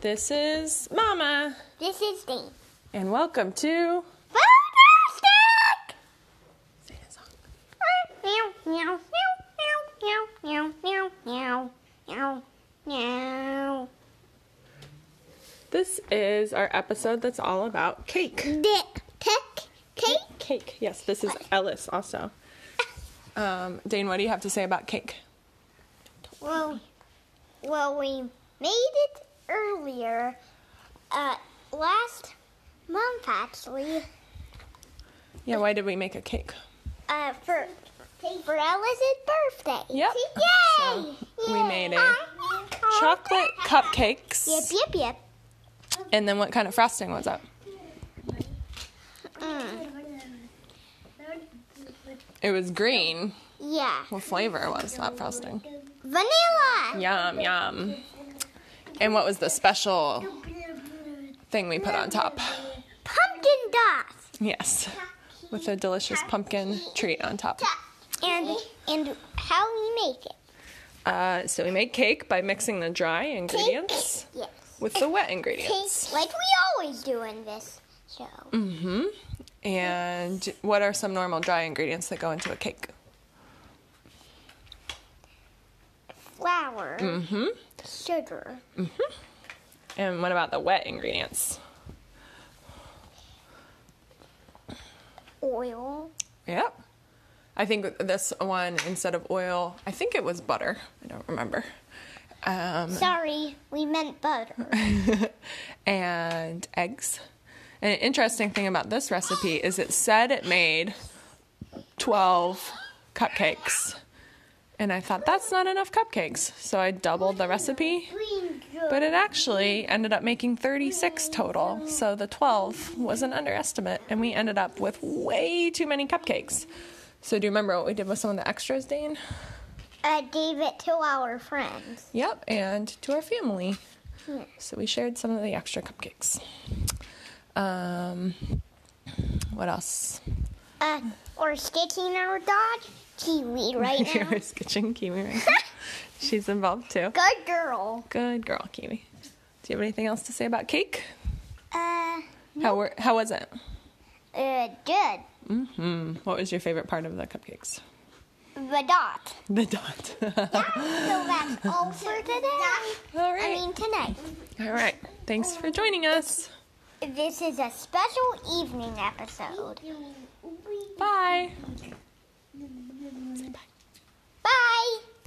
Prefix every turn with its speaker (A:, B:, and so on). A: This is Mama,
B: This is the
A: and welcome to.
B: fantastic.
A: Sing a song.
B: Meow meow meow meow meow meow meow meow.
A: This is our episode that's all about cake.
B: The tech cake.
A: Cake. Yes, this is Ellis also. Um, Dane, what do you have to say about cake?
B: Well, well, we made it earlier. Uh, last month actually.
A: Yeah, why did we make a cake?
B: Uh, for for Alice's birthday.
A: Yep.
B: Yay!
A: we made a Chocolate
B: Yep,
A: cupcakes.
B: yep, yep.
A: And then what kind of frosting was up?
B: Mm.
A: It was green.
B: Yeah.
A: What flavor was that frosting?
B: Vanilla.
A: Yum, yum. And what was the special thing we put on top?
B: Pumpkin dust.
A: Yes, with a delicious pumpkin treat on top.
B: And and how we make it.
A: Uh, so we made cake by mixing the dry ingredients
B: Yes.
A: with the wet ingredients.
B: Cake, like we always do in this show.
A: Mm-hmm. And what are some normal dry ingredients that go into a cake?
B: Flour,
A: Mm-hmm.
B: sugar,
A: And what about the wet ingredients?
B: oil,
A: Yep. I think this one instead of oil, I think it was butter. I don't remember. Um,
B: Sorry, we meant butter.
A: and eggs. And an interesting thing about this recipe is it said it made 12 cupcakes. And I thought that's not enough cupcakes. So I doubled the recipe,
B: Green
A: but it actually ended up making 36 total. So the 12 was an underestimate, and we ended up with way too many cupcakes. So do you remember what we did with some of the extras, Dane?
B: I uh, gave it to our friends.
A: Yep, and to our family. So we shared some of the extra cupcakes. Um, what else?
B: Uh, or sticking our dog kiwi right now.
A: Kira's kitchen, Kiwi. Right now. She's involved too.
B: Good girl.
A: Good girl, Kiwi. Do you have anything else to say about cake?
B: Uh,
A: How were, how was it?
B: uh, good.
A: Hmm. What was your favorite part of the cupcakes?
B: The dot.
A: The dot.
B: So that's all for today.
A: All
B: I
A: right.
B: mean tonight.
A: All right. Thanks for joining us.
B: This is a special evening episode.
A: Bye.